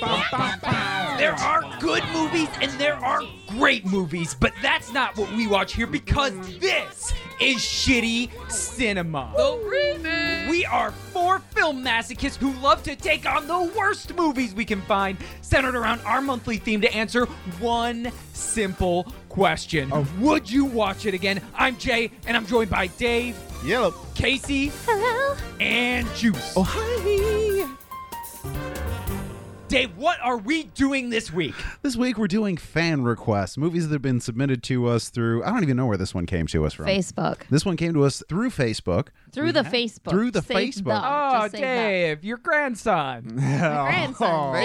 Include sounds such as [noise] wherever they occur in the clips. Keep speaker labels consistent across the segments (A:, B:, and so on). A: There are good movies and there are great movies, but that's not what we watch here because this is shitty cinema. We are four film masochists who love to take on the worst movies we can find, centered around our monthly theme to answer one simple question. Would you watch it again? I'm Jay, and I'm joined by Dave,
B: Yellow.
A: Casey,
C: Hello?
A: and Juice. Oh, hi. Dave, what are we doing this week?
B: This week we're doing fan requests, movies that have been submitted to us through. I don't even know where this one came to us from.
C: Facebook.
B: This one came to us through Facebook.
C: Through the Facebook.
B: Through the
C: Save
B: Facebook.
C: the-
A: Oh,
C: just save that.
A: Dave, your grandson.
C: My grandson. Jason.
B: Oh.
A: On the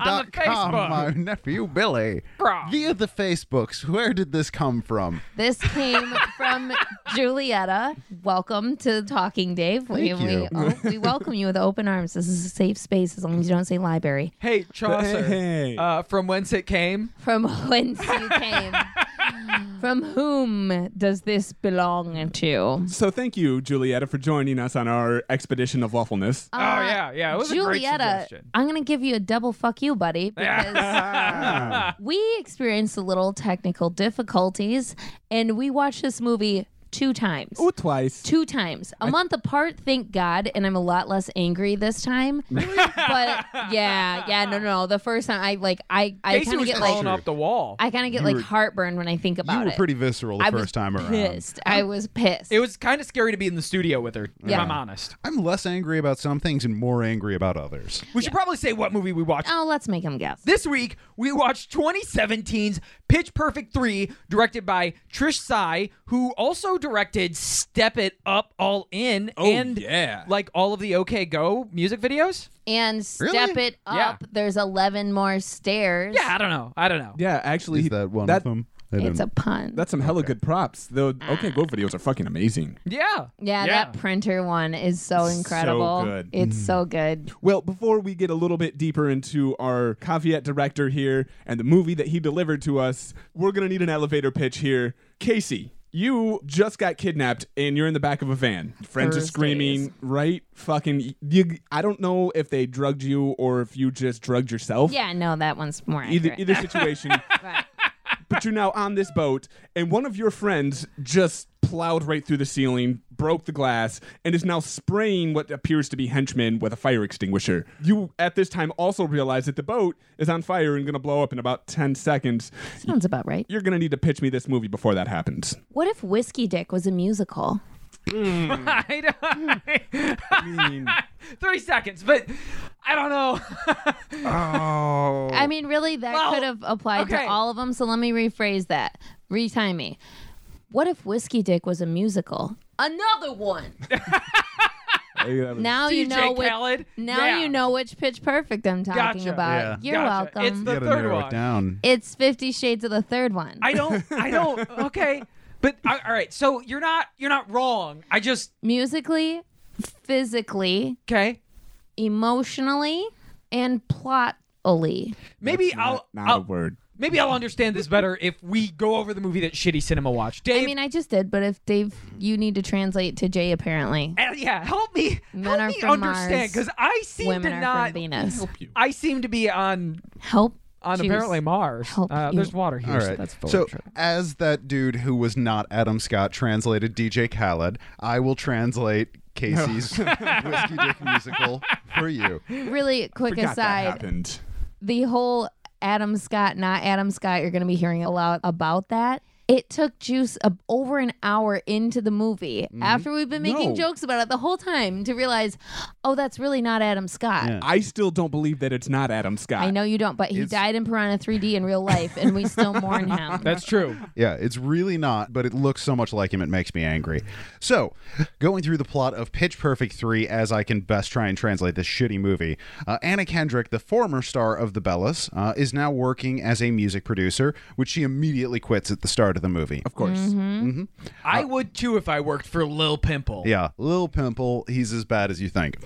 B: Facebook.com,
A: Facebook.
B: my nephew Billy.
A: Bruh.
B: Via the Facebooks, where did this come from?
C: This came from Julietta. Welcome to Talking Dave. We,
B: Thank
C: we-
B: you.
C: oh, we welcome you with open arms. This is a safe space as long as you don't say library.
A: hey, Chaucer,
D: Hey.
A: Uh, from whence it came.
C: From whence you
B: [laughs]
C: came. from whom does this belong to?
D: So thank you, Julietta, for joining us on our expedition of lawfulness.
A: Oh, yeah, yeah. It was a great
C: Uh, Julietta,
A: suggestion.
C: I'm going to give you a double fuck you,
A: [laughs]
C: buddy, because
B: [laughs]
C: we experienced a little technical difficulties and we watched this movie two times.
D: Ooh, twice.
C: Two times. A month apart, thank God, and I'm a lot less angry this time. [laughs] but yeah, yeah, no, no, no. The first time I like I I
A: Casey
C: kind of
A: was
C: get
A: crawling
C: like
A: off the wall.
C: I kind of get like heartburn when I think about
B: you were
C: it.
B: pretty visceral the
C: I was
B: first time around.
C: pissed. I was pissed.
A: it was kind of scary to be in the studio with her, if
C: Yeah.
A: I'm honest.
B: I'm less angry about some things and more angry about others.
A: We should probably say what movie we watched.
C: oh, let's make him guess.
A: This week, we watched 2017's Pitch Perfect 3, directed by Trish Tsai, who also directed Step It Up All In
D: Oh,
A: and
D: yeah.
A: like all of the OK Go music videos.
C: and step
B: Really?
C: it
A: Yeah.
C: up. There's 11 more stairs.
A: Yeah, I don't know. I don't know.
D: yeah, actually,
B: Is that one
D: that-
B: of them? I
C: It's
B: didn't-
C: a pun.
D: That's some hella good props. Though, okay, go videos are fucking amazing.
A: Yeah.
C: yeah, that printer one is so Mm. incredible.
D: good.
C: It's so good.
D: Well, before we get a little bit deeper into our caveat director here and the movie that he delivered to us, we're gonna need an elevator pitch here. Casey, you just got kidnapped and you're in the back of a van. Friends are
C: Thursdays.
D: screaming, right? Fucking, you, I don't know if they drugged you or if you just drugged yourself.
C: Yeah, no, that one's more
D: Either
C: accurate.
D: either situation.
A: [laughs]
C: Right.
D: but you're now on this boat, and one of your friends just plowed right through the ceiling, broke the glass, and is now spraying what appears to be henchmen with a fire extinguisher. You, at this time, also realize that the boat is on fire and going to blow up in about 10 seconds.
C: Sounds about right.
D: You're going to need to pitch me this movie before that happens.
C: What if Whiskey Dick was a musical?
A: [laughs] Three seconds, but I don't
C: [laughs]
A: know.
C: I mean, really, that
A: Oh. Well,
C: could have applied
A: okay.
C: to all of them. So let me rephrase that. Retime me. What if Whiskey Dick was a musical? Another one. Now
A: [laughs]
C: you
A: DJ
C: know which.
A: Khaled?
C: Now
A: Yeah.
C: you know which Pitch Perfect I'm talking
A: Gotcha.
C: about.
B: Yeah.
C: You're
A: Gotcha.
C: welcome.
A: It's the
B: You gotta
A: third
B: narrow
A: one.
B: it down.
C: It's Fifty Shades of the Third one.
A: I don't.
C: [laughs]
A: I don't. Okay, but I, all right. So you're not. You're not wrong. I just.
C: Musically, physically,
A: Okay.
C: emotionally, and plotally.
A: Maybe I'll.
D: Not, not
A: I'll
D: a word.
A: Maybe I'll understand this better if we go over the movie that shitty cinema watched. Dave.
C: I mean, I just did, but if Dave, you need to translate to Jay apparently.
A: uh, yeah. Help me.
C: Men
A: help
C: are
A: me
C: from
A: understand
C: Mars.
A: because I seem
C: Women
A: to
C: are
A: not.
C: from Venus.
A: I seem to be on
C: Help.
A: on
C: Juice.
A: apparently Mars.
C: Help
A: Uh,
C: you.
A: there's water here.
B: All
A: So
B: right.
A: that's
B: so,
A: forward.
B: as that dude who was not Adam Scott translated DJ Khaled, I will translate Casey's [laughs] Whiskey Dick musical for you.
C: Really quick
D: Forgot that
C: aside,
D: happened.
C: the whole Adam Scott, not Adam Scott, you're going to be hearing a lot about that. It took Juice a, over an hour into the movie after we've been making
D: No.
C: jokes about it the whole time to realize, oh, that's really not Adam Scott.
B: Yeah.
D: I still don't believe that it's not Adam Scott.
C: I know you don't, but he
B: It's-
C: died in Piranha 3D in real life, and we
B: [laughs]
C: still mourn him.
A: That's true.
B: Yeah, it's really not, but it looks so much like him, it makes me angry. So, going through the plot of Pitch Perfect 3 as I can best try and translate this shitty movie, uh, Anna Kendrick, the former star of The Bellas, uh, is now working as a music producer, which she immediately quits at the start of the movie.
D: Of course.
C: Mm-hmm.
A: I
D: Uh,
A: would too if I worked for Lil Pimple.
B: Yeah, Lil Pimple, he's as bad as you think.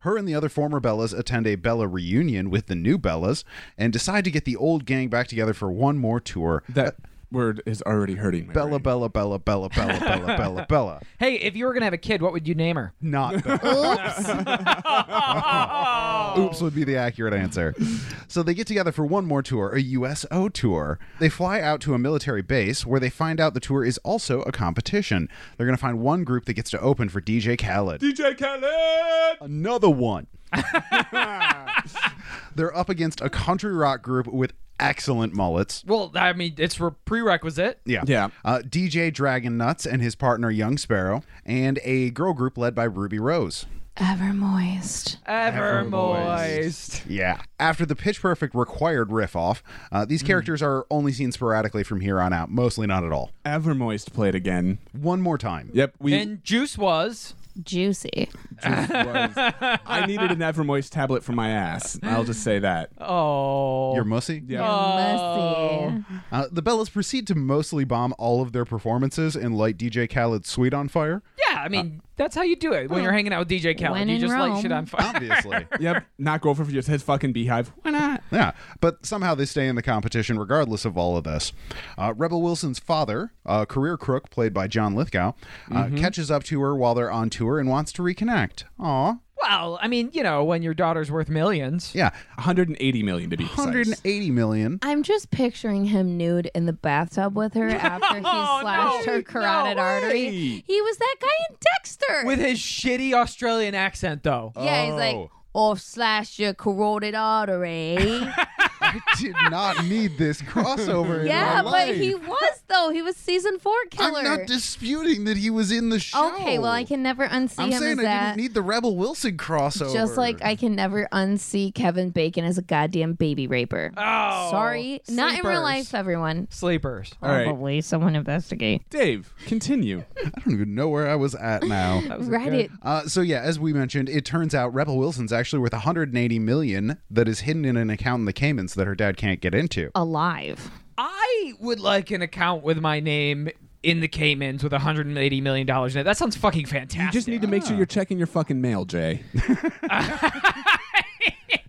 B: Her and the other former Bellas attend a Bella reunion with the new Bellas and decide to get the old gang back together for one more tour.
D: That word is already hurting my
B: Bella,
D: brain.
B: Bella, Bella, Bella, Bella, Bella, Bella, Bella.
A: Hey, if you were gonna have a kid, what would you name her?
B: Not Bella.
C: Oops.
B: [laughs] Oops would be the accurate answer. So they get together for one more tour, a USO tour. They fly out to a military base where they find out the tour is also a competition. They're going to find one group that gets to open for DJ Khaled.
D: DJ Khaled! [laughs]
B: Another one. They're up against a country rock group with excellent mullets.
A: Well, I mean, it's a prerequisite.
B: Yeah.
D: Yeah.
B: Uh, DJ Dragon Nuts and his partner Young Sparrow, and a girl group led by Ruby Rose.
C: Ever moist.
A: Ever moist.
B: Yeah. After the pitch perfect required riff off, uh,
D: Mm.
B: these characters are only seen sporadically from here on out, mostly not at all.
D: Evermoist played again.
B: One more time.
D: Yep, we
A: And Juice was.
C: Juicy.
D: was. I needed an Evermoist tablet for my ass. I'll just say that.
C: [laughs]
A: Oh.
B: Your mussy?
D: Yeah.
C: Oh.
B: Uh, the Bellas proceed to mostly bomb all of their performances and light DJ Khaled's suite on fire.
A: yeah, I mean,
D: Uh,
A: that's how you do it when you're hanging out with DJ Khaled.
C: When
A: You
C: in
A: just light
C: Rome.
A: shit on fire. [laughs]
D: [laughs]
B: Obviously.
D: Yep, not go for just his fucking beehive. Why not?
B: yeah. But somehow they stay in the competition regardless of all of this. Uh, Rebel Wilson's father, a career crook played by John Lithgow, uh, catches up to her while they're on tour and wants to reconnect. Aw.
A: well, I mean, you know, when your daughter's worth millions.
B: Yeah.
D: 180 million to be precise.
B: 180 million.
C: I'm just picturing him nude in the bathtub with [laughs] her after he slashed her carotid artery.
D: way.
C: He was that guy in Dexter.
A: With his shitty Australian accent,
D: Uh,
A: though.
C: yeah, he's like,
B: Oh.
C: or slash your carotid [laughs] artery.
B: did not need this crossover.
C: [laughs] yeah,
B: in my life.
C: but he was though. He was season four killer.
B: I'm not disputing that he was in the show.
C: okay, well I can never unsee
B: I'm
C: him
B: saying
C: as
B: I
C: that.
B: didn't need the Rebel Wilson crossover.
C: Just like I can never unsee Kevin Bacon as a goddamn baby raper.
A: Oh.
C: Sorry, not in real
A: sleepers.
C: life, everyone.
A: Sleepers.
D: All right,
C: Probably someone investigate.
D: Dave, continue.
B: I don't even know where I was
C: [laughs]
B: at now.
C: Reddit.
B: Uh, so yeah, as we mentioned, it turns out Rebel Wilson's actually worth 180 million that is hidden in an account in the Caymans that her dad can't get into.
C: Alive.
A: I would like an account with my name in the Caymans with 180 million dollars in it. That sounds fucking fantastic.
D: You just need to make sure you're checking your fucking mail, Jay.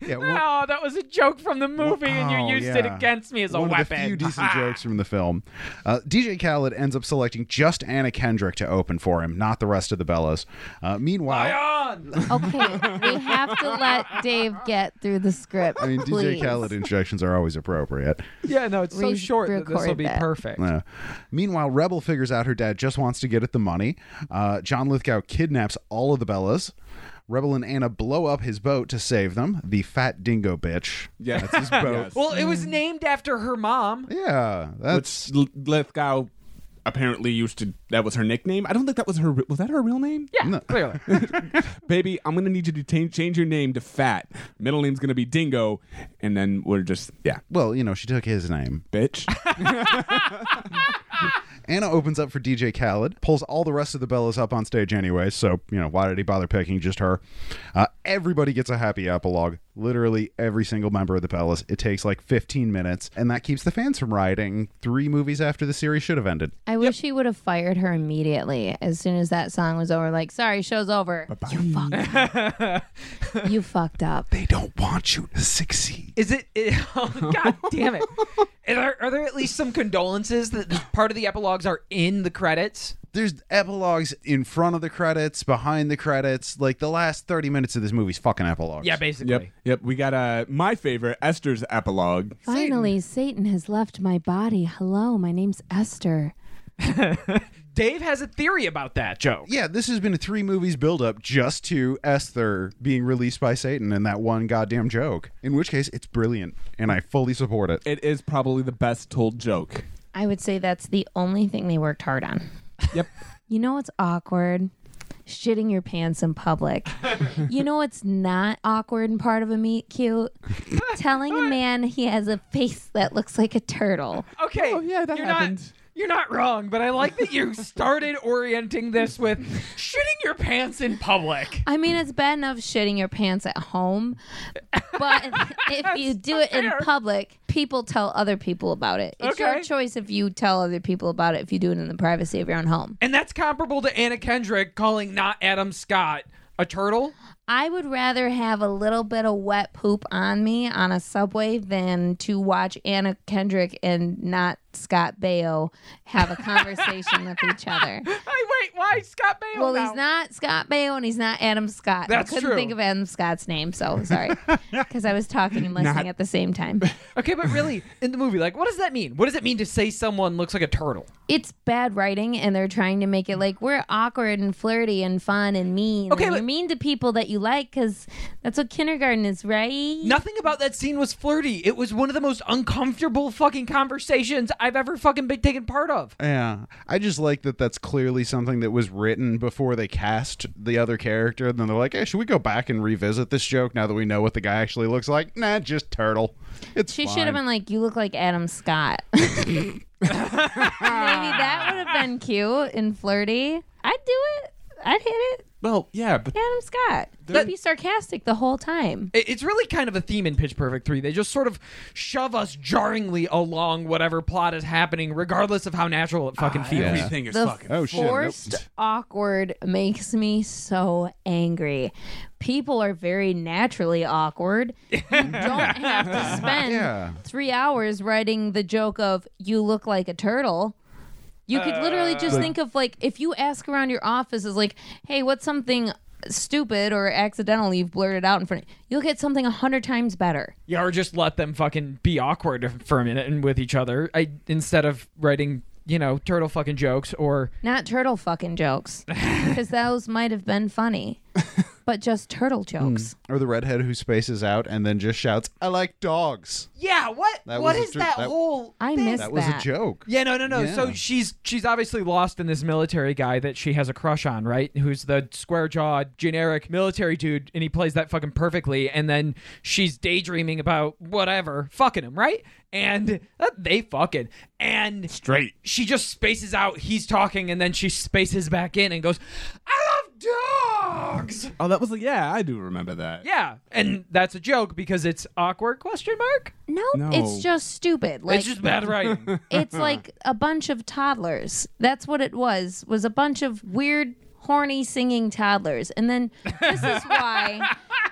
B: Yeah, one-
A: Oh, that was a joke from the movie, and
B: Oh,
A: you used it
B: yeah.
A: against me as a
B: One
A: weapon.
B: Of the few
A: [laughs]
B: decent jokes from the film. Uh, DJ Khaled ends up selecting just Anna Kendrick to open for him, not the rest of the Bellas. Uh, meanwhile,
A: Ion!
C: Okay, we have to let Dave get through the script.
B: I mean,
C: please.
B: DJ Khaled injections are always appropriate.
A: Yeah, no, it's so
C: Re-
A: short that this will
C: record
A: be
C: that.
A: perfect.
B: Uh, meanwhile, Rebel figures out her dad just wants to get at the money. Uh, John Lithgow kidnaps all of the Bellas. Rebel and Anna blow up his boat to save them. The fat dingo bitch.
D: Yeah,
B: that's his boat.
D: Well,
A: Well, it was named after her mom.
B: Yeah, that's
D: L- Lithgow apparently used to. That was her nickname. I don't think that was her. re- Was that her real name?
A: Yeah, clearly.
D: Baby, I'm gonna need you to ta- change your name to Fat. Middle name's gonna be Dingo, and then we're just yeah,
B: well, you know, she took his name.
D: bitch.
B: Anna opens up for DJ Khaled, pulls all the rest of the Bellas up on stage anyway, so, you know, why did he bother picking just her? Uh, everybody gets a happy epilogue. Literally every single member of the Bellas. It takes like 15 minutes, and that keeps the fans from rioting three movies after the series should have ended.
C: I wish he would have fired her immediately as soon as that song was over. Like, sorry, show's over. You fucked up. you fucked up.
B: They don't want you to succeed.
A: [laughs] Is it? it [laughs] oh, God damn it! And Are, are there at least some condolences that the- part of the epilogues are in the credits?
B: There's epilogues in front of the credits, behind the credits. Like the last 30 minutes of this movie's fucking epilogues.
A: Yeah, basically.
D: yep, yep. We got uh, my favorite Esther's epilogue.
C: Finally, Satan has left my body. Hello, my name's Esther.
A: Dave has a theory about that joke.
B: Yeah, this has been a three movies buildup just to Esther being released by Satan and that one goddamn joke. In which case, it's brilliant, and I fully support it.
D: It is probably the best told joke.
C: I would say that's the only thing they worked hard on.
D: Yep.
C: You know what's awkward? Shitting your pants in
A: [laughs]
C: public. you know what's not awkward and part of a meet cute? Telling a man he has a face that looks like a turtle.
A: Okay.
D: Oh, yeah, that
A: you're Not,
D: happened.
A: you're not wrong, but I like that you started orienting this with shitting your pants in public.
C: I mean, it's bad enough shitting your pants at home,
A: [laughs]
C: but if you do it in
A: fair.
C: public, people tell other people about it. It's
A: Okay.
C: your choice if you tell other people about it if you do it in the privacy of your own home.
A: And that's comparable to Anna Kendrick calling not Adam Scott A turtle?
C: I would rather have a little bit of wet poop on me on a subway than to watch Anna Kendrick and not Scott Baio have a conversation with
A: [laughs]
C: each other.
A: Hey, wait, why Scott Baio?
C: Well,
A: now?
C: he's not Scott Baio and he's not Adam Scott.
A: That's
C: I couldn't
A: true.
C: think of Adam Scott's name, so
A: [laughs]
C: sorry. Because I was talking and listening
D: Not-
C: at the same time.
A: Okay, but really, in the movie, like, what does that mean? What does it mean to say someone looks like a turtle?
C: It's bad writing, and they're trying to make it like we're awkward and flirty and fun and mean.
A: Okay,
C: and
A: but-
C: you're mean to people that you like because that's what kindergarten is, right?
A: Nothing about that scene was flirty. It was one of the most uncomfortable fucking conversations I've ever fucking been taken part of.
B: Yeah, I just like that. That's clearly something that was written before they cast the other character. And then they're like, "Hey, should we go back and revisit this joke now that we know what the guy actually looks like?" Nah, just turtle. It's
C: She
B: fine.
C: should have been like, "You look like Adam Scott." [laughs] Maybe that would have been cute and flirty. I'd do it. I'd hit it.
D: Well, yeah, but
C: Adam Scott.
D: There-
C: That'd be sarcastic the whole time.
A: It- It's really kind of a theme in Pitch Perfect 3. They just sort of shove us jarringly along whatever plot is happening, regardless of how natural it fucking
D: [laughs]
A: feels.
D: everything is
C: The
D: fucking.
B: Oh shit! nope.
C: forced awkward makes me so angry. People are very naturally awkward. You don't have to spend
B: Yeah.
C: three hours writing the joke of "you look like a turtle." You could literally just think of like if you ask around your office is like, "Hey, what's something stupid or accidental you've blurted out in front?" of You'll get something a hundred times better.
A: Yeah, or just let them fucking be awkward for a minute and with each other I, instead of writing, you know, turtle fucking jokes or.
C: Not turtle fucking jokes, because those might have been funny, but just turtle jokes.
B: Or the redhead who spaces out and then just shouts, "I like dogs."
A: Yeah, what?
B: That
A: what
B: was a
A: is
B: tr-
A: that,
B: that-
A: whole.
C: I
A: thing?
C: miss
B: That was a
C: That.
B: joke.
A: Yeah, no, no, no.
B: Yeah.
A: So she's she's obviously lost in this military guy that she has a crush on, right? Who's the square jawed, generic military dude, and he plays that fucking perfectly. And then she's daydreaming about whatever, fucking him, right? And uh, they fucking and
D: Straight.
A: she just spaces out. He's talking, and then she spaces back in and goes, "I love dogs."
D: Oh, that was like yeah, I do remember that.
A: Yeah, and that's a joke because it's awkward? Question mark.
C: No,
D: No.
C: it's just stupid. Like
A: it's just [laughs]
C: [laughs]
A: bad writing.
C: it's like a bunch of toddlers. That's what it was. Was a bunch of weird horny singing toddlers. And then this
A: [laughs]
C: is why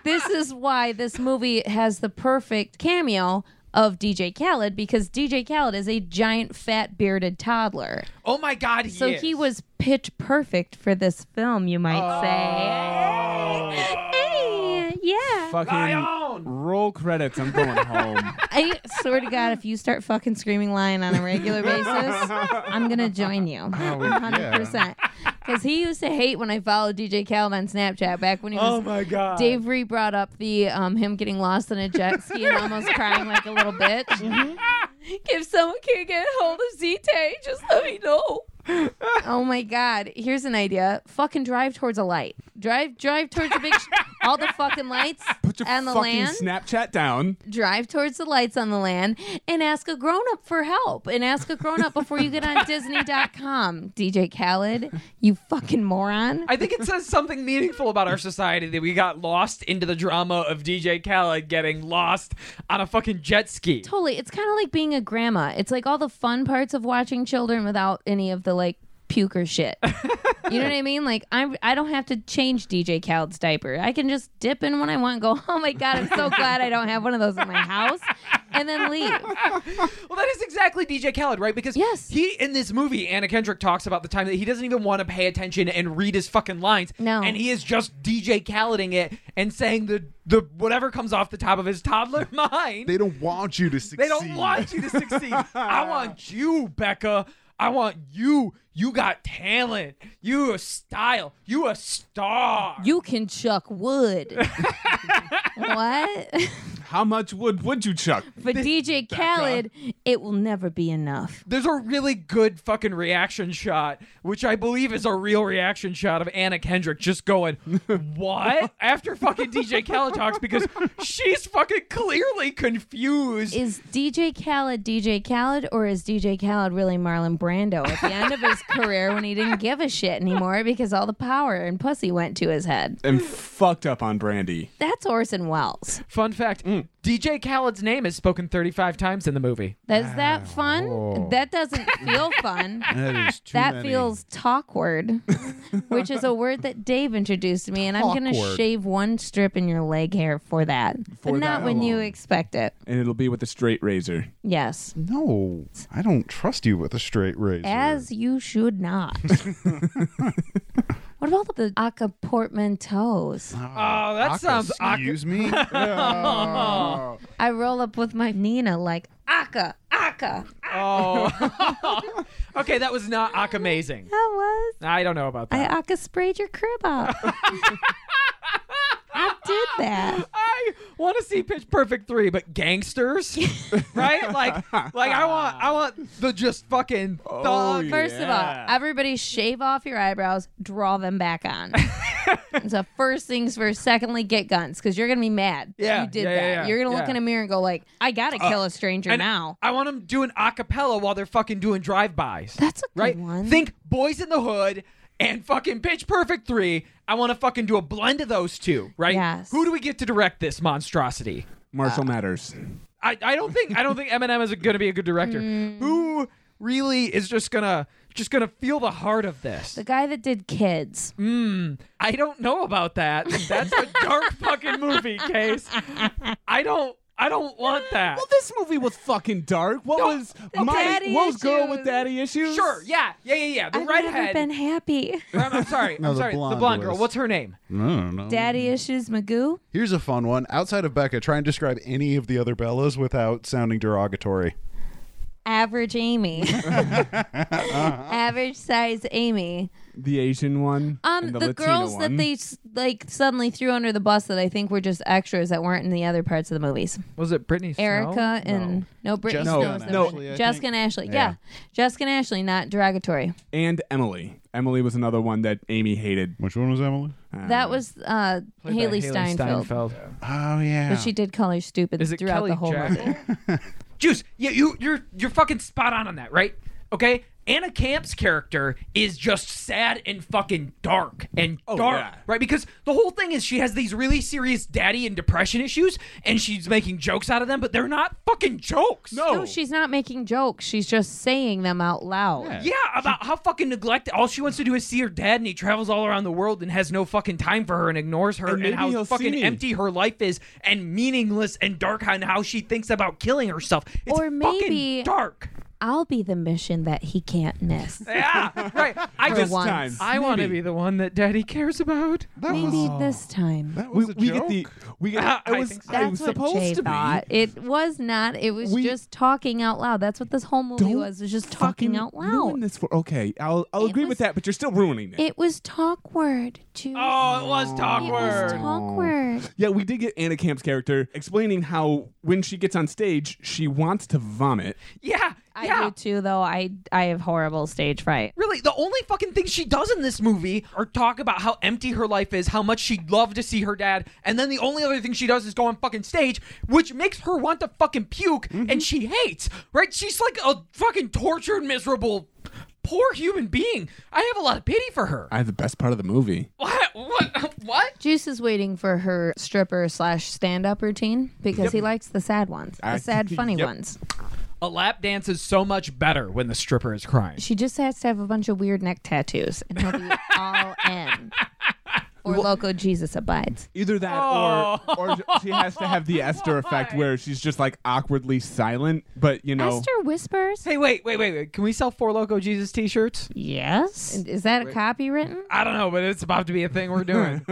C: this is why this movie has the perfect cameo of DJ Khaled because DJ Khaled is a giant fat bearded toddler.
A: oh my god, he
C: So
A: is.
C: he was pitch perfect for this film, you might
A: Oh,
C: say. Hey, yeah.
D: Fucking
A: Lion!
D: roll credits. I'm going home.
C: I swear to God, if you start fucking screaming lion on a regular basis, I'm gonna join you, hundred percent. Because he used to hate when I followed DJ Khaled on Snapchat back when he was.
A: Oh my god.
C: Dave Ree brought up the um, him getting lost in a jet ski and almost crying like a little bitch. If someone can get hold of Z-Tay, just let me know. oh my God! Here's an idea: fucking drive towards a light. Drive, drive towards the big, sh- all the fucking lights
D: [laughs] Put your
C: and the
D: fucking
C: land
D: Snapchat down.
C: drive towards the lights on the land and ask a grown up for help and ask a grown up before you get on Disney.com. DJ Khaled, you fucking moron.
A: I think it says something meaningful about our society that we got lost into the drama of DJ Khaled getting lost on a fucking jet ski.
C: totally. It's kind of like being a grandma. It's like all the fun parts of watching children without any of the like puke or shit. You know what I mean? Like I'm I don't have to change DJ Khaled's diaper. I can just dip in when I want and go, [laughs] "Oh my god, I'm so glad I don't have one of those in my house." And then leave.
A: Well, that is exactly DJ Khaled, right? Because
C: Yes.
A: he in this movie, Anna Kendrick talks about the time that he doesn't even want to pay attention and read his fucking lines.
C: No.
A: and he is just DJ Khaleding it and saying the the whatever comes off the top of his toddler [laughs] mind.
B: They don't want you to succeed.
A: They don't want you to succeed. I want you, Becca. I want you. You got talent. You a style. You a star.
C: You can chuck wood. what?
D: How much wood would you chuck?
C: For DJ Khaled, it will never be enough.
A: There's a really good fucking reaction shot, which I believe is a real reaction shot of Anna Kendrick just [laughs] going, What? After fucking DJ Khaled talks because she's fucking clearly confused.
C: Is DJ Khaled DJ Khaled or is DJ Khaled really Marlon Brando at the end of his career when he didn't give a shit anymore because all the power and pussy went to his head?
D: And fucked up on brandy.
C: That's Orson Welles.
A: Fun fact DJ Khaled's name is spoken 35 times in the movie.
C: Is that fun? That doesn't feel fun.
B: That is too
C: that
B: many.
C: feels talkward, which is a word that Dave introduced to me, and I'm going to
B: Talkward.
C: shave one strip in your leg hair for that,
D: For
C: but not
D: that
C: when you
D: alone.
C: expect it.
D: and it'll be with a straight razor.
C: Yes,
B: No, I don't trust you with a straight razor.
C: as you should
A: [laughs]
C: not. what about the acapportmentos?
A: Oh, that sounds [laughs] awkward.
B: Excuse me. Yeah.
C: I roll up with my Nina like aka aka.
A: Oh. okay, that was not Aka amazing.
C: That was.
A: I don't know about
C: I
A: that.
C: aka sprayed your crib [laughs] up. I did that.
A: I want to see Pitch Perfect three, but gangsters, right? Like, like I want, I want the just fucking thug.
D: yeah.
C: First of all, everybody shave off your eyebrows, draw them back
A: [laughs]
C: on. so first things first. Secondly, get guns because you're gonna be mad.
A: Yeah,
C: you did
A: yeah,
C: that.
A: yeah, yeah,
C: You're gonna look
A: yeah. Uh,
C: in a mirror and go like, I gotta kill a stranger
A: And
C: now.
A: I want them doing acapella while they're fucking doing drive-bys.
C: That's a good
A: right?
C: one.
A: Think Boys in the Hood and fucking Pitch Perfect 3. I want to fucking do a blend of those two, right?
C: Yes.
A: Who do we get to direct this monstrosity?
D: Marshall
C: Uh,
D: matters.
A: I, I don't think I don't think Eminem is going to be a good director.
C: Mm.
A: Who really is just going to just going to feel the heart of this?
C: the guy that did kids.
A: I don't know about that. That's a
C: [laughs]
A: dark fucking movie case. I don't I don't want that.
D: Well, this movie was fucking dark. What was
C: the
D: my
C: daddy
D: what was girl
C: issues.
D: with daddy issues?
A: Sure, yeah, yeah, yeah, yeah. The
C: I've never
A: redhead.
C: been happy.
A: I'm, I'm sorry.
B: [laughs] No,
A: I'm
B: the
A: sorry. the
B: blonde
A: blonde girl.
B: was-
A: What's her name?
B: No, no.
C: Daddy issues, Magoo.
B: Here's a fun one. Outside of Becca, try and describe any of the other Bellas without sounding derogatory.
C: Average Amy. [laughs] Average size Amy.
D: The Asian one.
C: Um,
D: and
C: the,
D: the, Latina
C: girls
D: one.
C: that they s- like suddenly threw under the bus that I think were just extras that weren't in the other parts of the movies.
A: Was it Brittany?
C: Erica and no, Brittany.
B: Jessica
C: Snow
B: and
C: is in
D: No.
C: it.
B: Ashley, I
C: Jessica
B: think.
C: and Ashley. Yeah.
B: Yeah.
C: Jessica and Ashley, not derogatory.
D: and Emily. Emily was another one that Amy hated.
B: Which one was Emily?
D: Uh,
C: That was uh, Haley Steinfeld,
B: Oh yeah.
C: but she did call her stupid
A: Is it
C: throughout
A: Kelly
C: the whole
A: Jack-
C: movie.
A: [laughs] Juice, yeah, you you're you're fucking spot on on that, right? Okay. Anna Camp's character is just sad and fucking dark and dark,
D: yeah.
A: right? Because the whole thing is she has these really serious daddy and depression issues, and she's making jokes out of them, but they're not fucking jokes.
D: no.
C: No, she's not making jokes. She's just saying them out loud.
A: Yeah, about how fucking neglected. All she wants to do is see her dad, and he travels all around the world and has no fucking time for her and ignores her,
D: And
A: and,
D: maybe
A: how
D: he'll see
A: fucking
D: me.
A: empty her life is, and meaningless and dark, and how she thinks about killing herself. It's
C: Or maybe-
A: fucking dark.
C: I'll be the mission that he can't miss.
A: Yeah,
D: [laughs]
A: right. I
C: For
A: just
C: once.
D: time.
A: I want to
D: Maybe.
A: be the one that Daddy cares about.
B: That
C: Maybe this time.
B: that
D: we,
B: was a
D: we get
B: joke.
D: the we get
A: I
D: it was,
A: think so.
D: it was
C: That's what
D: supposed
C: Jay
D: to
C: thought.
D: be.
C: It was not. It was
D: We-
C: just talking out loud. That's what this whole movie
D: Don't
C: was. It was just
D: fucking
C: talking out loud.
D: Ruin this for okay. I'll I'll
C: It
D: agree
C: was-
D: with that, but you're still ruining it.
C: It was talkward. Juice.
A: Oh, it was
C: it was
A: awkward.
C: talkward.
D: yeah, we did get Anna Camp's character explaining how when she gets on stage, she wants to vomit.
A: yeah,
C: I
A: yeah.
C: do too, though. I I have horrible stage fright.
A: Really, the only fucking thing she does in this movie are talk about how empty her life is, how much she'd love to see her dad, and then the only other thing she does is go on fucking stage, which makes her want to fucking puke, and she hates, right? She's like a fucking tortured, miserable, poor human being. I have a lot of pity for her.
D: I had the best part of the movie.
A: [laughs] what? What? What?
C: Juice is waiting for her stripper slash stand up routine because he likes the sad ones, the
D: I-
C: sad
D: [laughs]
C: funny
D: Yep.
C: ones.
A: A lap dance is so much better when the stripper is crying.
C: She just has to have a bunch of weird neck tattoos, and he'll be all
A: [laughs]
C: in. Or loco Jesus abides.
D: Either that
C: Oh.
D: or or
C: [laughs]
D: she has to have the Esther effect where she's just like awkwardly silent, but you know
C: Esther whispers.
A: Hey, wait, wait, wait, wait. Can we sell Four Loco Jesus t shirts?
C: Yes. Is that a copy written?
A: I don't know, but it's about to be a thing we're [laughs] doing.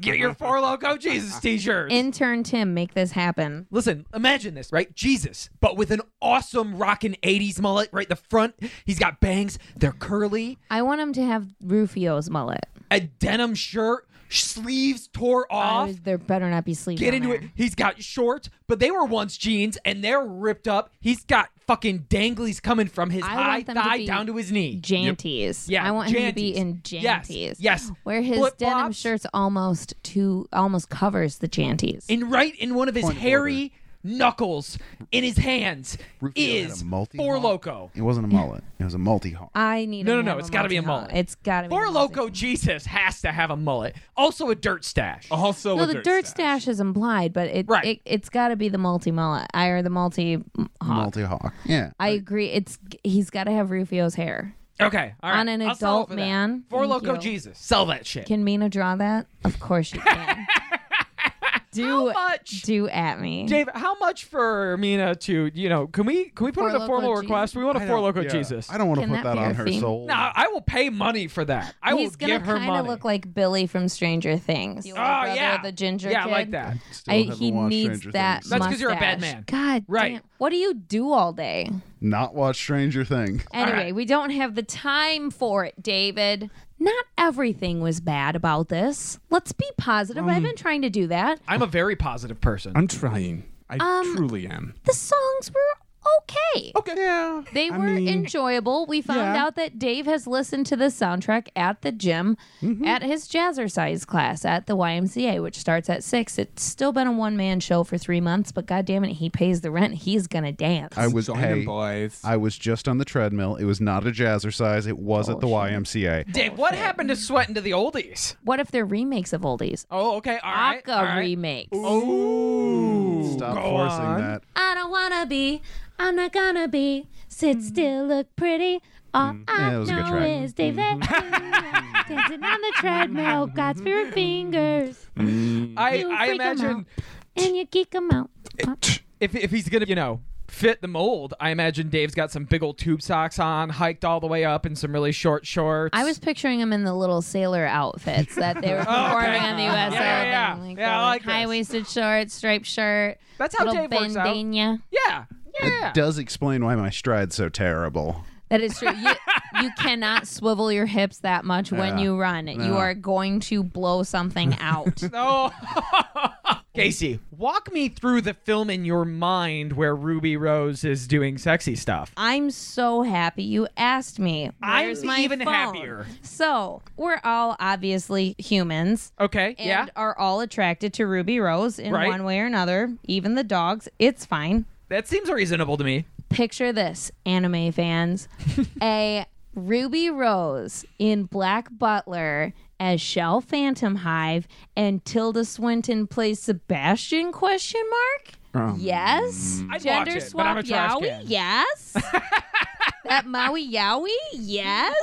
A: Get your Four Loco Jesus t shirts.
C: Intern Tim, make this happen.
A: Listen, imagine this, right? Jesus, but with an awesome rockin' 80s mullet right in the front. He's got bangs, they're curly,
C: I want him to have Rufio's mullet.
A: a denim shirt, sleeves tore
C: I
A: off.
C: was- there better not be sleeves.
A: Get
C: on
A: into
C: there.
A: it. He's got shorts, but they were once jeans and they're ripped up. He's got fucking danglies coming from his
C: I
A: high
C: want them to
A: thigh
C: be
A: down to his knee.
C: Janties.
A: Yeah,
C: I want him to be
A: janties.
C: in
A: Yes,
C: janties.
A: yes.
C: Where his
A: Flip-flops.
C: denim shirt's almost to almost covers the janties.
A: and right in one of his
B: Point of
A: hairy knuckles in his hands
B: Rufio had
A: is
B: a multi-
A: Four Loco.
B: It wasn't a mullet. It was a multi-haul.
C: I need.
A: No,
C: to
A: no, no,
C: have
A: it's gotta be a mullet.
C: multi-hole. It's gotta be. a
A: Four
C: multi-hole.
A: Loco Jesus has to have a mullet. Also a dirt
B: Oh,
A: stash.
D: Also,
C: No,
D: a
C: the dirt, stash. is implied, but it,
A: Right.
C: it it's got to be the multi mullet I or the multi
A: Mm.
C: hawk.
B: Multi-hawk. Yeah.
C: I agree. It's he's got to have Rufio's hair.
A: Okay, all right.
C: On an
A: I'll settle
C: adult
A: for that.
C: man,
A: Four
C: thank
A: Loco
C: you.
A: Jesus. Sell that shit.
C: Can Mina draw that? Of course she
A: [laughs]
C: can. do
A: How much?
C: do at me.
A: Dave, how much for Mina to, you know, can we can we put
C: Four
A: in a
C: Loko
A: formal
C: Jesus.
A: request? We want a
B: I
A: Four
B: don't-
A: Loco
B: yeah.
A: Jesus.
B: I don't want to
C: Can
B: put
C: that
B: that
C: be
B: on
C: our
B: her
C: theme?
B: soul.
A: No, I will pay money for that. I
C: He's
A: will
C: gonna
A: give her
C: kinda
A: money.
C: look like Billy from Stranger Things. Oh
A: oh yeah,
C: the ginger.
A: Yeah, I
C: kid.
A: like that.
B: Still
C: I,
B: haven't
C: he
B: watched
C: needs
B: Stranger
C: that.
B: Things.
A: That's 'cause you're a bad
C: mustache.
A: man.
C: God,
A: Right.
C: damn. What do you do all day?
B: Not watch Stranger Things.
C: Anyway,
A: right.
C: we don't have the time for it, David. Not everything was bad about this. Let's be positive. I've
A: Mm-hmm.
C: been trying to do that.
A: I'm a very positive person.
D: I'm trying. I
C: Um,
D: truly am.
C: The songs were okay.
A: Oh,
D: Okay. Yeah.
C: They were enjoyable. We found
D: yeah.
C: out that Dave has listened to the soundtrack at the gym,
A: Mm-hmm.
C: at his jazzercise class at the YMCA, which starts at six. It's still been a one man show for three months, but God damn it, he pays the rent. He's gonna dance.
B: I was
D: Join
B: hey,
D: them, boys.
B: I was just on the treadmill. It was not a jazzercise. It was at the YMCA.
C: Oh,
A: Dave, what happened to sweating to the oldies?
C: what if they're remakes of oldies?
A: Oh, okay, all right,
C: Aka
A: all right.
C: remakes.
D: Ooh.
B: Stop
A: Go
B: forcing
A: on.
B: that.
C: I don't wanna be. I'm not gonna be. Sit still, look pretty. All I
B: Mm. that was a good Mm-hmm.
C: know
B: track.
C: is David dancing on the treadmill. God's spirit fingers,
A: I,
C: You
A: I
C: freak 'em
A: imagine
C: and you geek 'em out.
A: if if he's gonna, you know, fit the mold, I imagine Dave's got some big old tube socks on, hiked all the way up in some really short shorts.
C: I was picturing him in the little sailor outfits that they were
A: [laughs] Oh,
C: performing
A: okay.
C: on the
A: Yeah,
C: USL.
A: yeah, yeah.
C: thing,
A: Yeah, I
C: the
A: like this.
C: high-waisted shorts, striped shirt.
A: That's how
C: little
A: Dave works out.
C: bandana.
A: yeah, yeah. [laughs]
B: It does explain why my stride's so terrible.
C: That is true. You, you
A: [laughs]
C: cannot swivel your hips that much when
B: Yeah.
C: you run. You
B: No.
C: are going to blow
A: [laughs]
C: something out.
A: No. Casey, walk me through the film in your mind where Ruby Rose is doing sexy stuff.
C: I'm so happy you asked me.
A: I'm
C: Where's my
A: even
C: phone?
A: happier.
C: So we're all obviously humans.
A: Okay,
C: And
A: yeah.
C: are all attracted to Ruby Rose in
A: Right.
C: one way or another. Even the dogs. It's fine.
A: That seems reasonable to me.
C: Picture this, anime fans. a Ruby Rose in Black Butler as Shell Phantom Hive and Tilda Swinton plays Sebastian question mark? yes.
A: I'd
C: Gender
A: watch it, but
C: swap
A: I'm a trash
C: Yowie?
A: can.
C: Yes.
A: [laughs]
C: that Maui Yowie? Yes.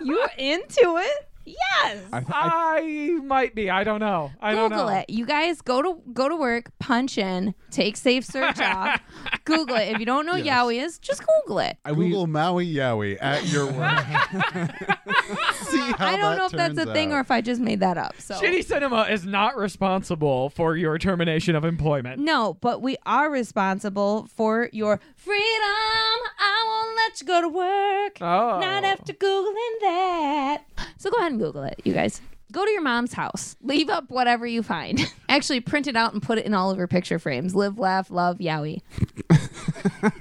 C: You're into it? Yes.
A: I might be. I don't know. I don't
C: Google
A: know.
C: it. You guys go to go to work, punch in, take safe search
A: [laughs]
C: off. Google it. If you don't know Yowie is, just Google it.
D: I, we,
B: Google Maui Yowie
A: [laughs]
B: at your work. See how
C: I
B: that
C: don't know if that's
B: turns
C: a thing
B: out.
C: or if I just made that up. So
A: Shitty Cinema is not responsible for your termination of employment.
C: no, but we are responsible for your freedom. I won't let you go to work.
A: Oh.
C: Not after Googling that. So go ahead and Google it, you guys. Go to your mom's house. Leave up whatever you find. [laughs] Actually, print it out and put it in all of her picture frames. Live, laugh, love, Yowie.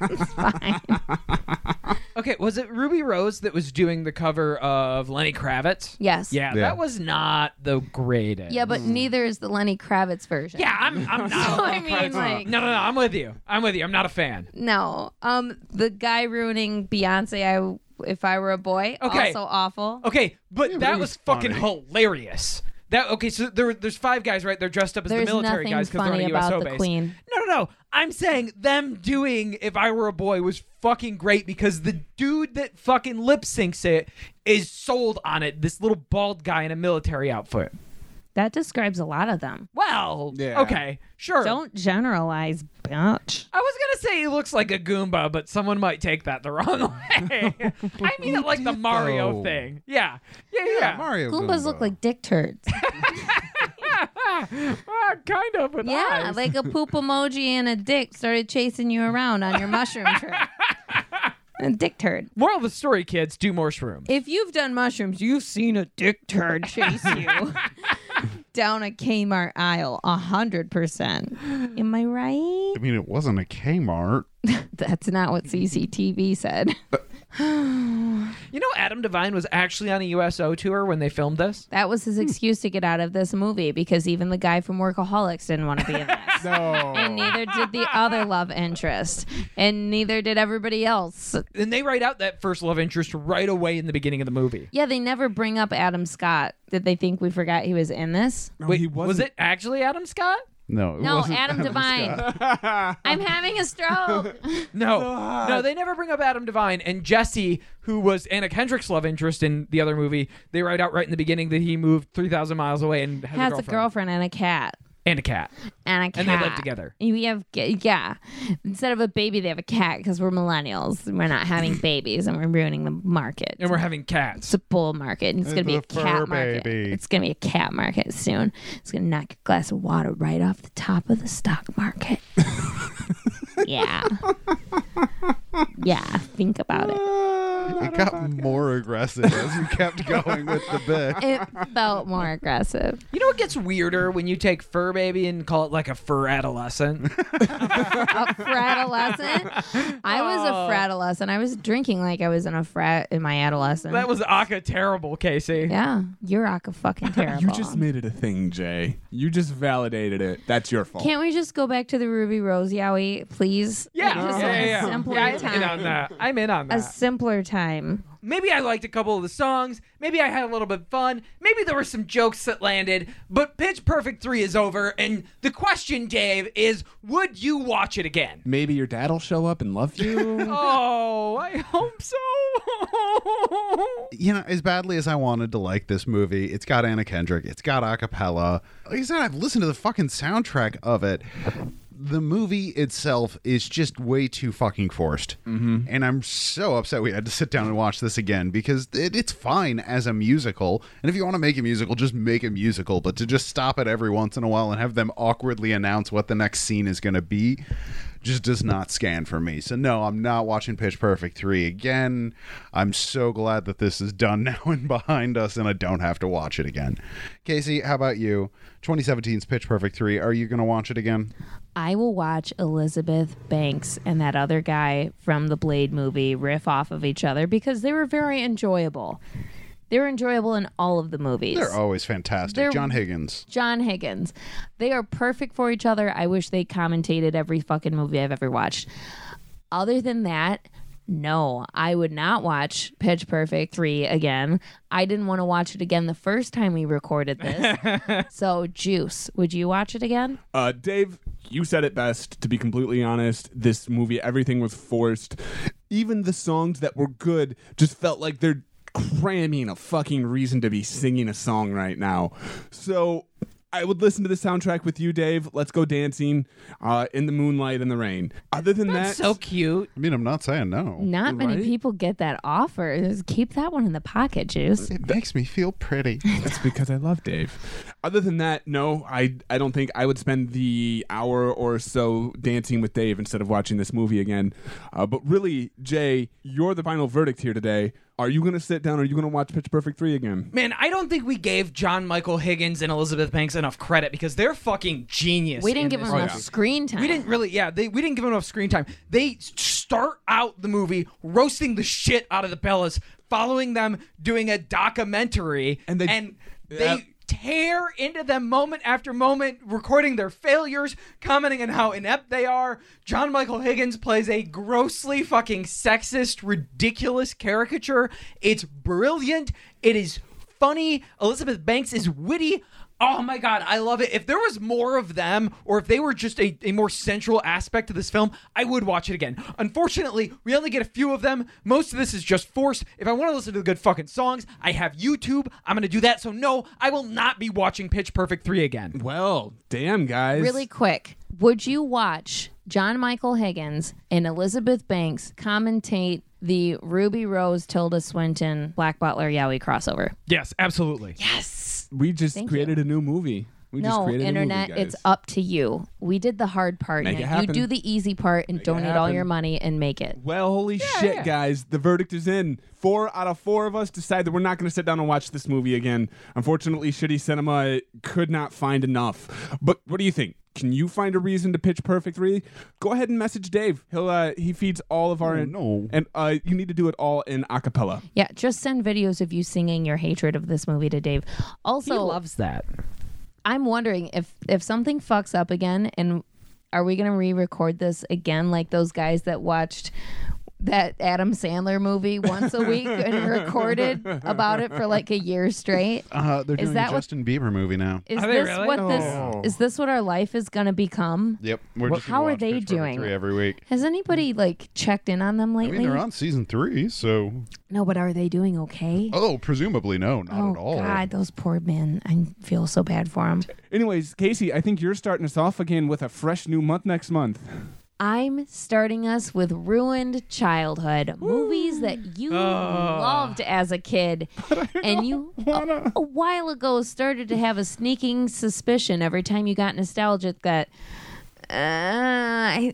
C: it's fine.
A: Okay, was it Ruby Rose that was doing the cover of Lenny Kravitz?
C: Yes.
A: Yeah,
B: Yeah.
A: that was not the greatest.
C: Yeah, but neither is the Lenny Kravitz version.
A: Yeah, I'm,
C: [laughs]
A: I'm not.
C: I mean, like,
A: No, no, no. I'm with you. I'm with you. I'm not a fan.
C: no. Um, the guy ruining Beyonce, I if I were a boy,
A: Okay.
C: also awful.
A: Okay, but
B: Yeah, but
A: that
B: it
A: was
B: was
A: fucking
B: funny.
A: hilarious. That okay? So there, there's five guys, right? They're dressed up as
C: There's
A: the military
C: nothing
A: guys because they're on
C: funny
A: a
C: about
A: USO
C: the
A: base.
C: Queen.
A: No, no, no. I'm saying them doing "If I Were a Boy" was fucking great because the dude that fucking lip syncs it is sold on it. This little bald guy in a military outfit.
C: That describes a lot of them.
A: Well,
D: Yeah.
A: okay, sure.
C: Don't generalize, bitch.
A: I was gonna say he looks like a Goomba, but someone might take that the wrong
D: [laughs]
A: [laughs] way. I mean it like the Mario
D: Oh.
B: though.
A: thing. Yeah, yeah, yeah.
B: Yeah, Mario
C: Goombas
B: Goomba.
C: look like dick turds.
A: Ah, kind of.
C: [laughs]
A: With
C: yeah,
A: eyes.
C: like a poop emoji and a dick started chasing you around on your [laughs] mushroom trip. A dick turd.
A: Moral of the story, kids, do more shrooms.
C: If you've done mushrooms, you've seen a dick turd chase you [laughs] down a Kmart aisle, a hundred percent. Am I right?
B: I mean, it wasn't a Kmart.
C: That's not what CCTV said.
A: You know, Adam Devine was actually on a USO tour when they filmed this.
C: That was his excuse to get out of this movie because even the guy from Workaholics didn't want to be in this.
D: No.
C: And [laughs] neither did the [laughs] other love interest. And neither did everybody else.
A: And they write out that first love interest right away in the beginning of the movie.
C: Yeah, they never bring up Adam Scott. Did they think we forgot he was in this?
A: Wait,
D: he
A: was
D: wasn't.
A: it actually Adam Scott?
B: No, it
C: No,
B: wasn't
C: Adam, Devine. [laughs] I'm having a stroke.
A: No, no, they never bring up Adam Devine and Jesse, who was Anna Kendrick's love interest in the other movie. They write out right in the beginning that he moved three thousand miles away and has,
C: Has a girlfriend and a cat.
A: and a cat.
C: And a cat.
A: And they live together.
C: We have, g- yeah. Instead of a baby, they have a cat because we're millennials. and We're not
A: [laughs]
C: having babies and we're ruining the market.
A: and we're having cats.
C: It's a bull market. And it's going to be a
B: It's a fur
C: cat market.
B: baby.
C: It's going to be a cat market soon. It's going to knock a glass of water right off the top of the stock
A: [laughs]
C: market. yeah. Yeah, think about it.
B: It got more aggressive as we
A: [laughs]
B: kept going with the bit.
C: It felt more aggressive.
A: You know what gets weirder when you take fur baby and call it like a fur adolescent?
C: A fratolescent. I was a
A: Oh.
C: fratolescent. I was drinking like I was in a frat in my adolescence.
A: that was Aka terrible, Casey.
C: yeah, you're a fucking
A: [laughs]
C: terrible.
B: Uh.
D: You just made it a thing, Jay. You just validated it. That's your fault.
C: Can't we just go back to the Ruby Rose Yowie, please?
A: Yeah,
C: Like, just
A: yeah,
C: a
A: yeah, yeah.
C: simpler
A: Yeah, I'm in on
C: time.
A: that. I'm in on
C: A
A: that.
C: simpler time.
A: Maybe I liked a couple of the songs. Maybe I had a little bit of fun. Maybe there were some jokes that landed. But Pitch Perfect 3 is over. And the question, Dave, is would you watch it again?
D: Maybe your dad'll show up and love
A: [laughs]
D: you.
A: Oh, I hope so.
B: you know, as badly as I wanted to like this movie, it's got Anna Kendrick, it's got acapella. Like I said, I've listened to the fucking soundtrack of it. The movie itself is just way too fucking forced. Mm-hmm. And I'm so upset we had to sit down and watch this again because it, it's fine as a musical. And if you want to make a musical, just make a musical. But to just stop it every once in a while and have them awkwardly announce what the next scene is going to be just does not scan for me. So no, I'm not watching Pitch Perfect 3 again. I'm so glad that this is done [laughs] now and behind us and I don't have to watch it again. Casey, how about you? 2017's Pitch Perfect 3, are you going to watch it again?
C: I will watch Elizabeth Banks and that other guy from the Blade movie riff off of each other because they were very enjoyable. They're enjoyable in all of the movies.
B: They're always fantastic.
C: They're-
B: John Higgins.
C: John Higgins. They are perfect for each other. I wish they commentated every fucking movie I've ever watched. Other than that, no, I would not watch Pitch Perfect 3 again. I didn't want to watch it again the first time we recorded this. so, Juice, would you watch it again?
D: uh, Dave, you said it best. To be completely honest, this movie, everything was forced. Even the songs that were good just felt like they're cramming a fucking reason to be singing a song right now. So. I would listen to the soundtrack with you, Dave. Let's go dancing uh, in the moonlight and the rain. Other than that,
A: so cute.
B: I mean, I'm not saying no.
C: Not many
D: Right?
C: people get that offer. Just keep that one in the pocket, Juice.
B: It makes me
C: [laughs]
B: feel pretty.
D: That's because I love Dave. Other than that, no, I I don't think I would spend the hour or so dancing with Dave instead of watching this movie again. Uh, but really, Jay, you're the final verdict here today. Are you going to sit down? Are you going to watch Pitch Perfect three again?
A: Man, I don't think we gave John Michael Higgins and Elizabeth Banks enough credit because they're fucking genius.
C: We didn't
A: in
C: give
A: this
C: him enough
A: movie.
C: screen time.
A: We didn't really, yeah. They we didn't give them enough screen time. They start out the movie roasting the shit out of the Bellas, following them doing a documentary,
D: And they- Yeah.
A: they tear into them moment after moment, recording their failures, commenting on how inept they are. John Michael Higgins plays a grossly fucking sexist, ridiculous caricature. It's brilliant. It is funny. Elizabeth Banks is witty. Oh my god, I love it. If there was more of them, or if they were just a, a more central aspect to this film, I would watch it again. Unfortunately, we only get a few of them. Most of this is just forced. If I want to listen to the good fucking songs, I have YouTube. I'm gonna do that. So no, I will not be watching Pitch Perfect 3 again.
D: Well, damn guys.
C: really quick. Would you watch John Michael Higgins and Elizabeth Banks commentate the Ruby Rose Tilda Swinton Black Butler Yowie crossover?
A: Yes, absolutely.
C: Yes.
D: We just
C: Thank
D: created a new movie. We just
C: no,
D: created a movie,
C: internet, it's
D: guys.
C: up to you. We did the hard part.
D: Make
C: Nick.
D: it
C: you
D: happen.
C: do the easy part and
D: it
C: donate all
D: happen.
C: your money and make it.
D: Well, holy shit, guys. The verdict is in. Four out of four of us decide that we're not going to sit down and watch this movie again. Unfortunately, shitty cinema could not find enough. But what do you think? Can you find a reason to pitch Perfect 3? Go ahead and message Dave. He'll uh, he feeds all of our
B: Oh, no.
D: and uh, you need to do it all in a cappella.
C: Yeah, just send videos of you singing your hatred of this movie to Dave. Also,
E: he loves that.
C: I'm wondering if if something fucks up again and are we going to re-record this again like those guys that watched that Adam Sandler movie once a week
A: [laughs]
C: and recorded about it for like a year straight?
B: Uh, they're
C: Is
B: doing
C: that
B: a
C: what-
B: Justin Bieber movie now.
C: Is
A: Are they
C: this
A: really?
C: what
D: No.
C: this is this what our life is going to become?
B: Yep. We're
C: What-
B: just gonna
C: how are
B: watch
C: they
B: Pitch Perfect
C: doing?
B: Three every week?
C: Has anybody like checked in on them
B: I
C: lately?
B: mean, they're on season three, so
C: No, but are they doing okay?
B: oh, presumably no, not
C: oh
B: at all.
C: God, those poor men. I feel so bad for them.
D: Anyways, Casey, I think you're starting us off again with a fresh new month next month.
C: I'm starting us with ruined childhood movies that you loved as a kid, and you a, a while ago started to have a sneaking suspicion every time you got nostalgic that. Uh,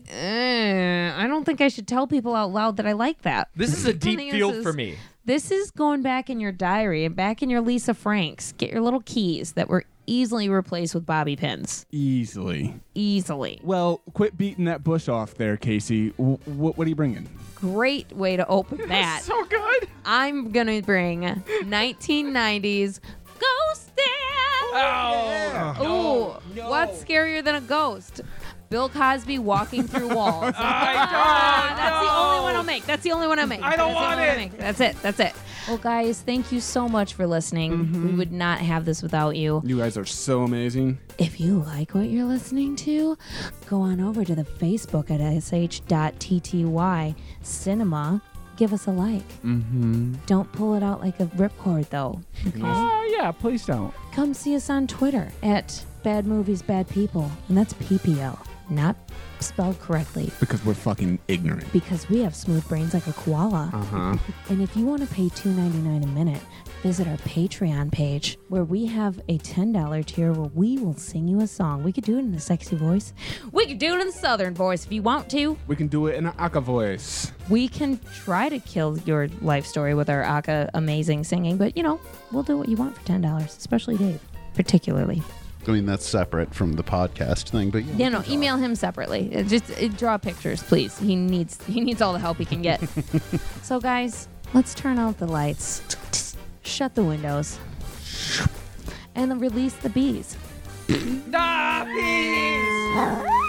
C: I uh, I don't think I should tell people out loud that I like that.
A: This is a
C: think
A: deep
C: this
A: field for
C: is-
A: me.
C: This is going back in your diary and back in your Lisa Franks. Get your little keys that were easily replaced with bobby pins.
D: Easily.
C: Easily.
D: Well, quit beating that bush off there, Casey. W- what are you bringing?
C: Great way to open that.
A: So good.
C: I'm gonna bring 1990s ghost dance.
A: Oh.
C: Ooh, what's scarier than a ghost? Bill Cosby walking through
A: [laughs]
C: walls. Ah, that's the only one I'll make. That's the only one I'll make.
A: I don't
C: That's the
A: want
C: only one I'll
A: it.
C: make. That's it. That's it. Well, guys, thank you so much for listening.
A: Mm-hmm.
C: We would not have this without you.
D: You guys are so amazing.
C: If you like what you're listening to, go on over to the Facebook at sh.tty cinema. Give us a like. Mm-hmm. Don't pull it out like a ripcord, though.
E: Oh yeah, please don't.
C: come see us on Twitter at Bad Movies Bad People, and that's PPL, not spelled correctly
D: Because we're fucking ignorant.
C: because we have smooth brains like a koala.
D: Uh-huh.
C: [laughs] And if you want to pay $2.99 a minute, visit our Patreon page where we have a $10 tier where we will sing you a song. We could do it in a sexy voice. We could do it in a southern voice if you want to.
D: We can do it in an aka voice.
C: We can try to kill your life story with our Aka amazing singing, but you know, we'll do what you want for $10, especially Dave, particularly.
B: I mean, that's separate from the podcast thing, but yeah.
C: Yeah, no. Email him separately. Uh, Just uh, draw pictures, please. He needs he needs all the help he can get. so, guys, let's turn out the lights, Just shut the windows, and then release the bees.
A: Nah, please.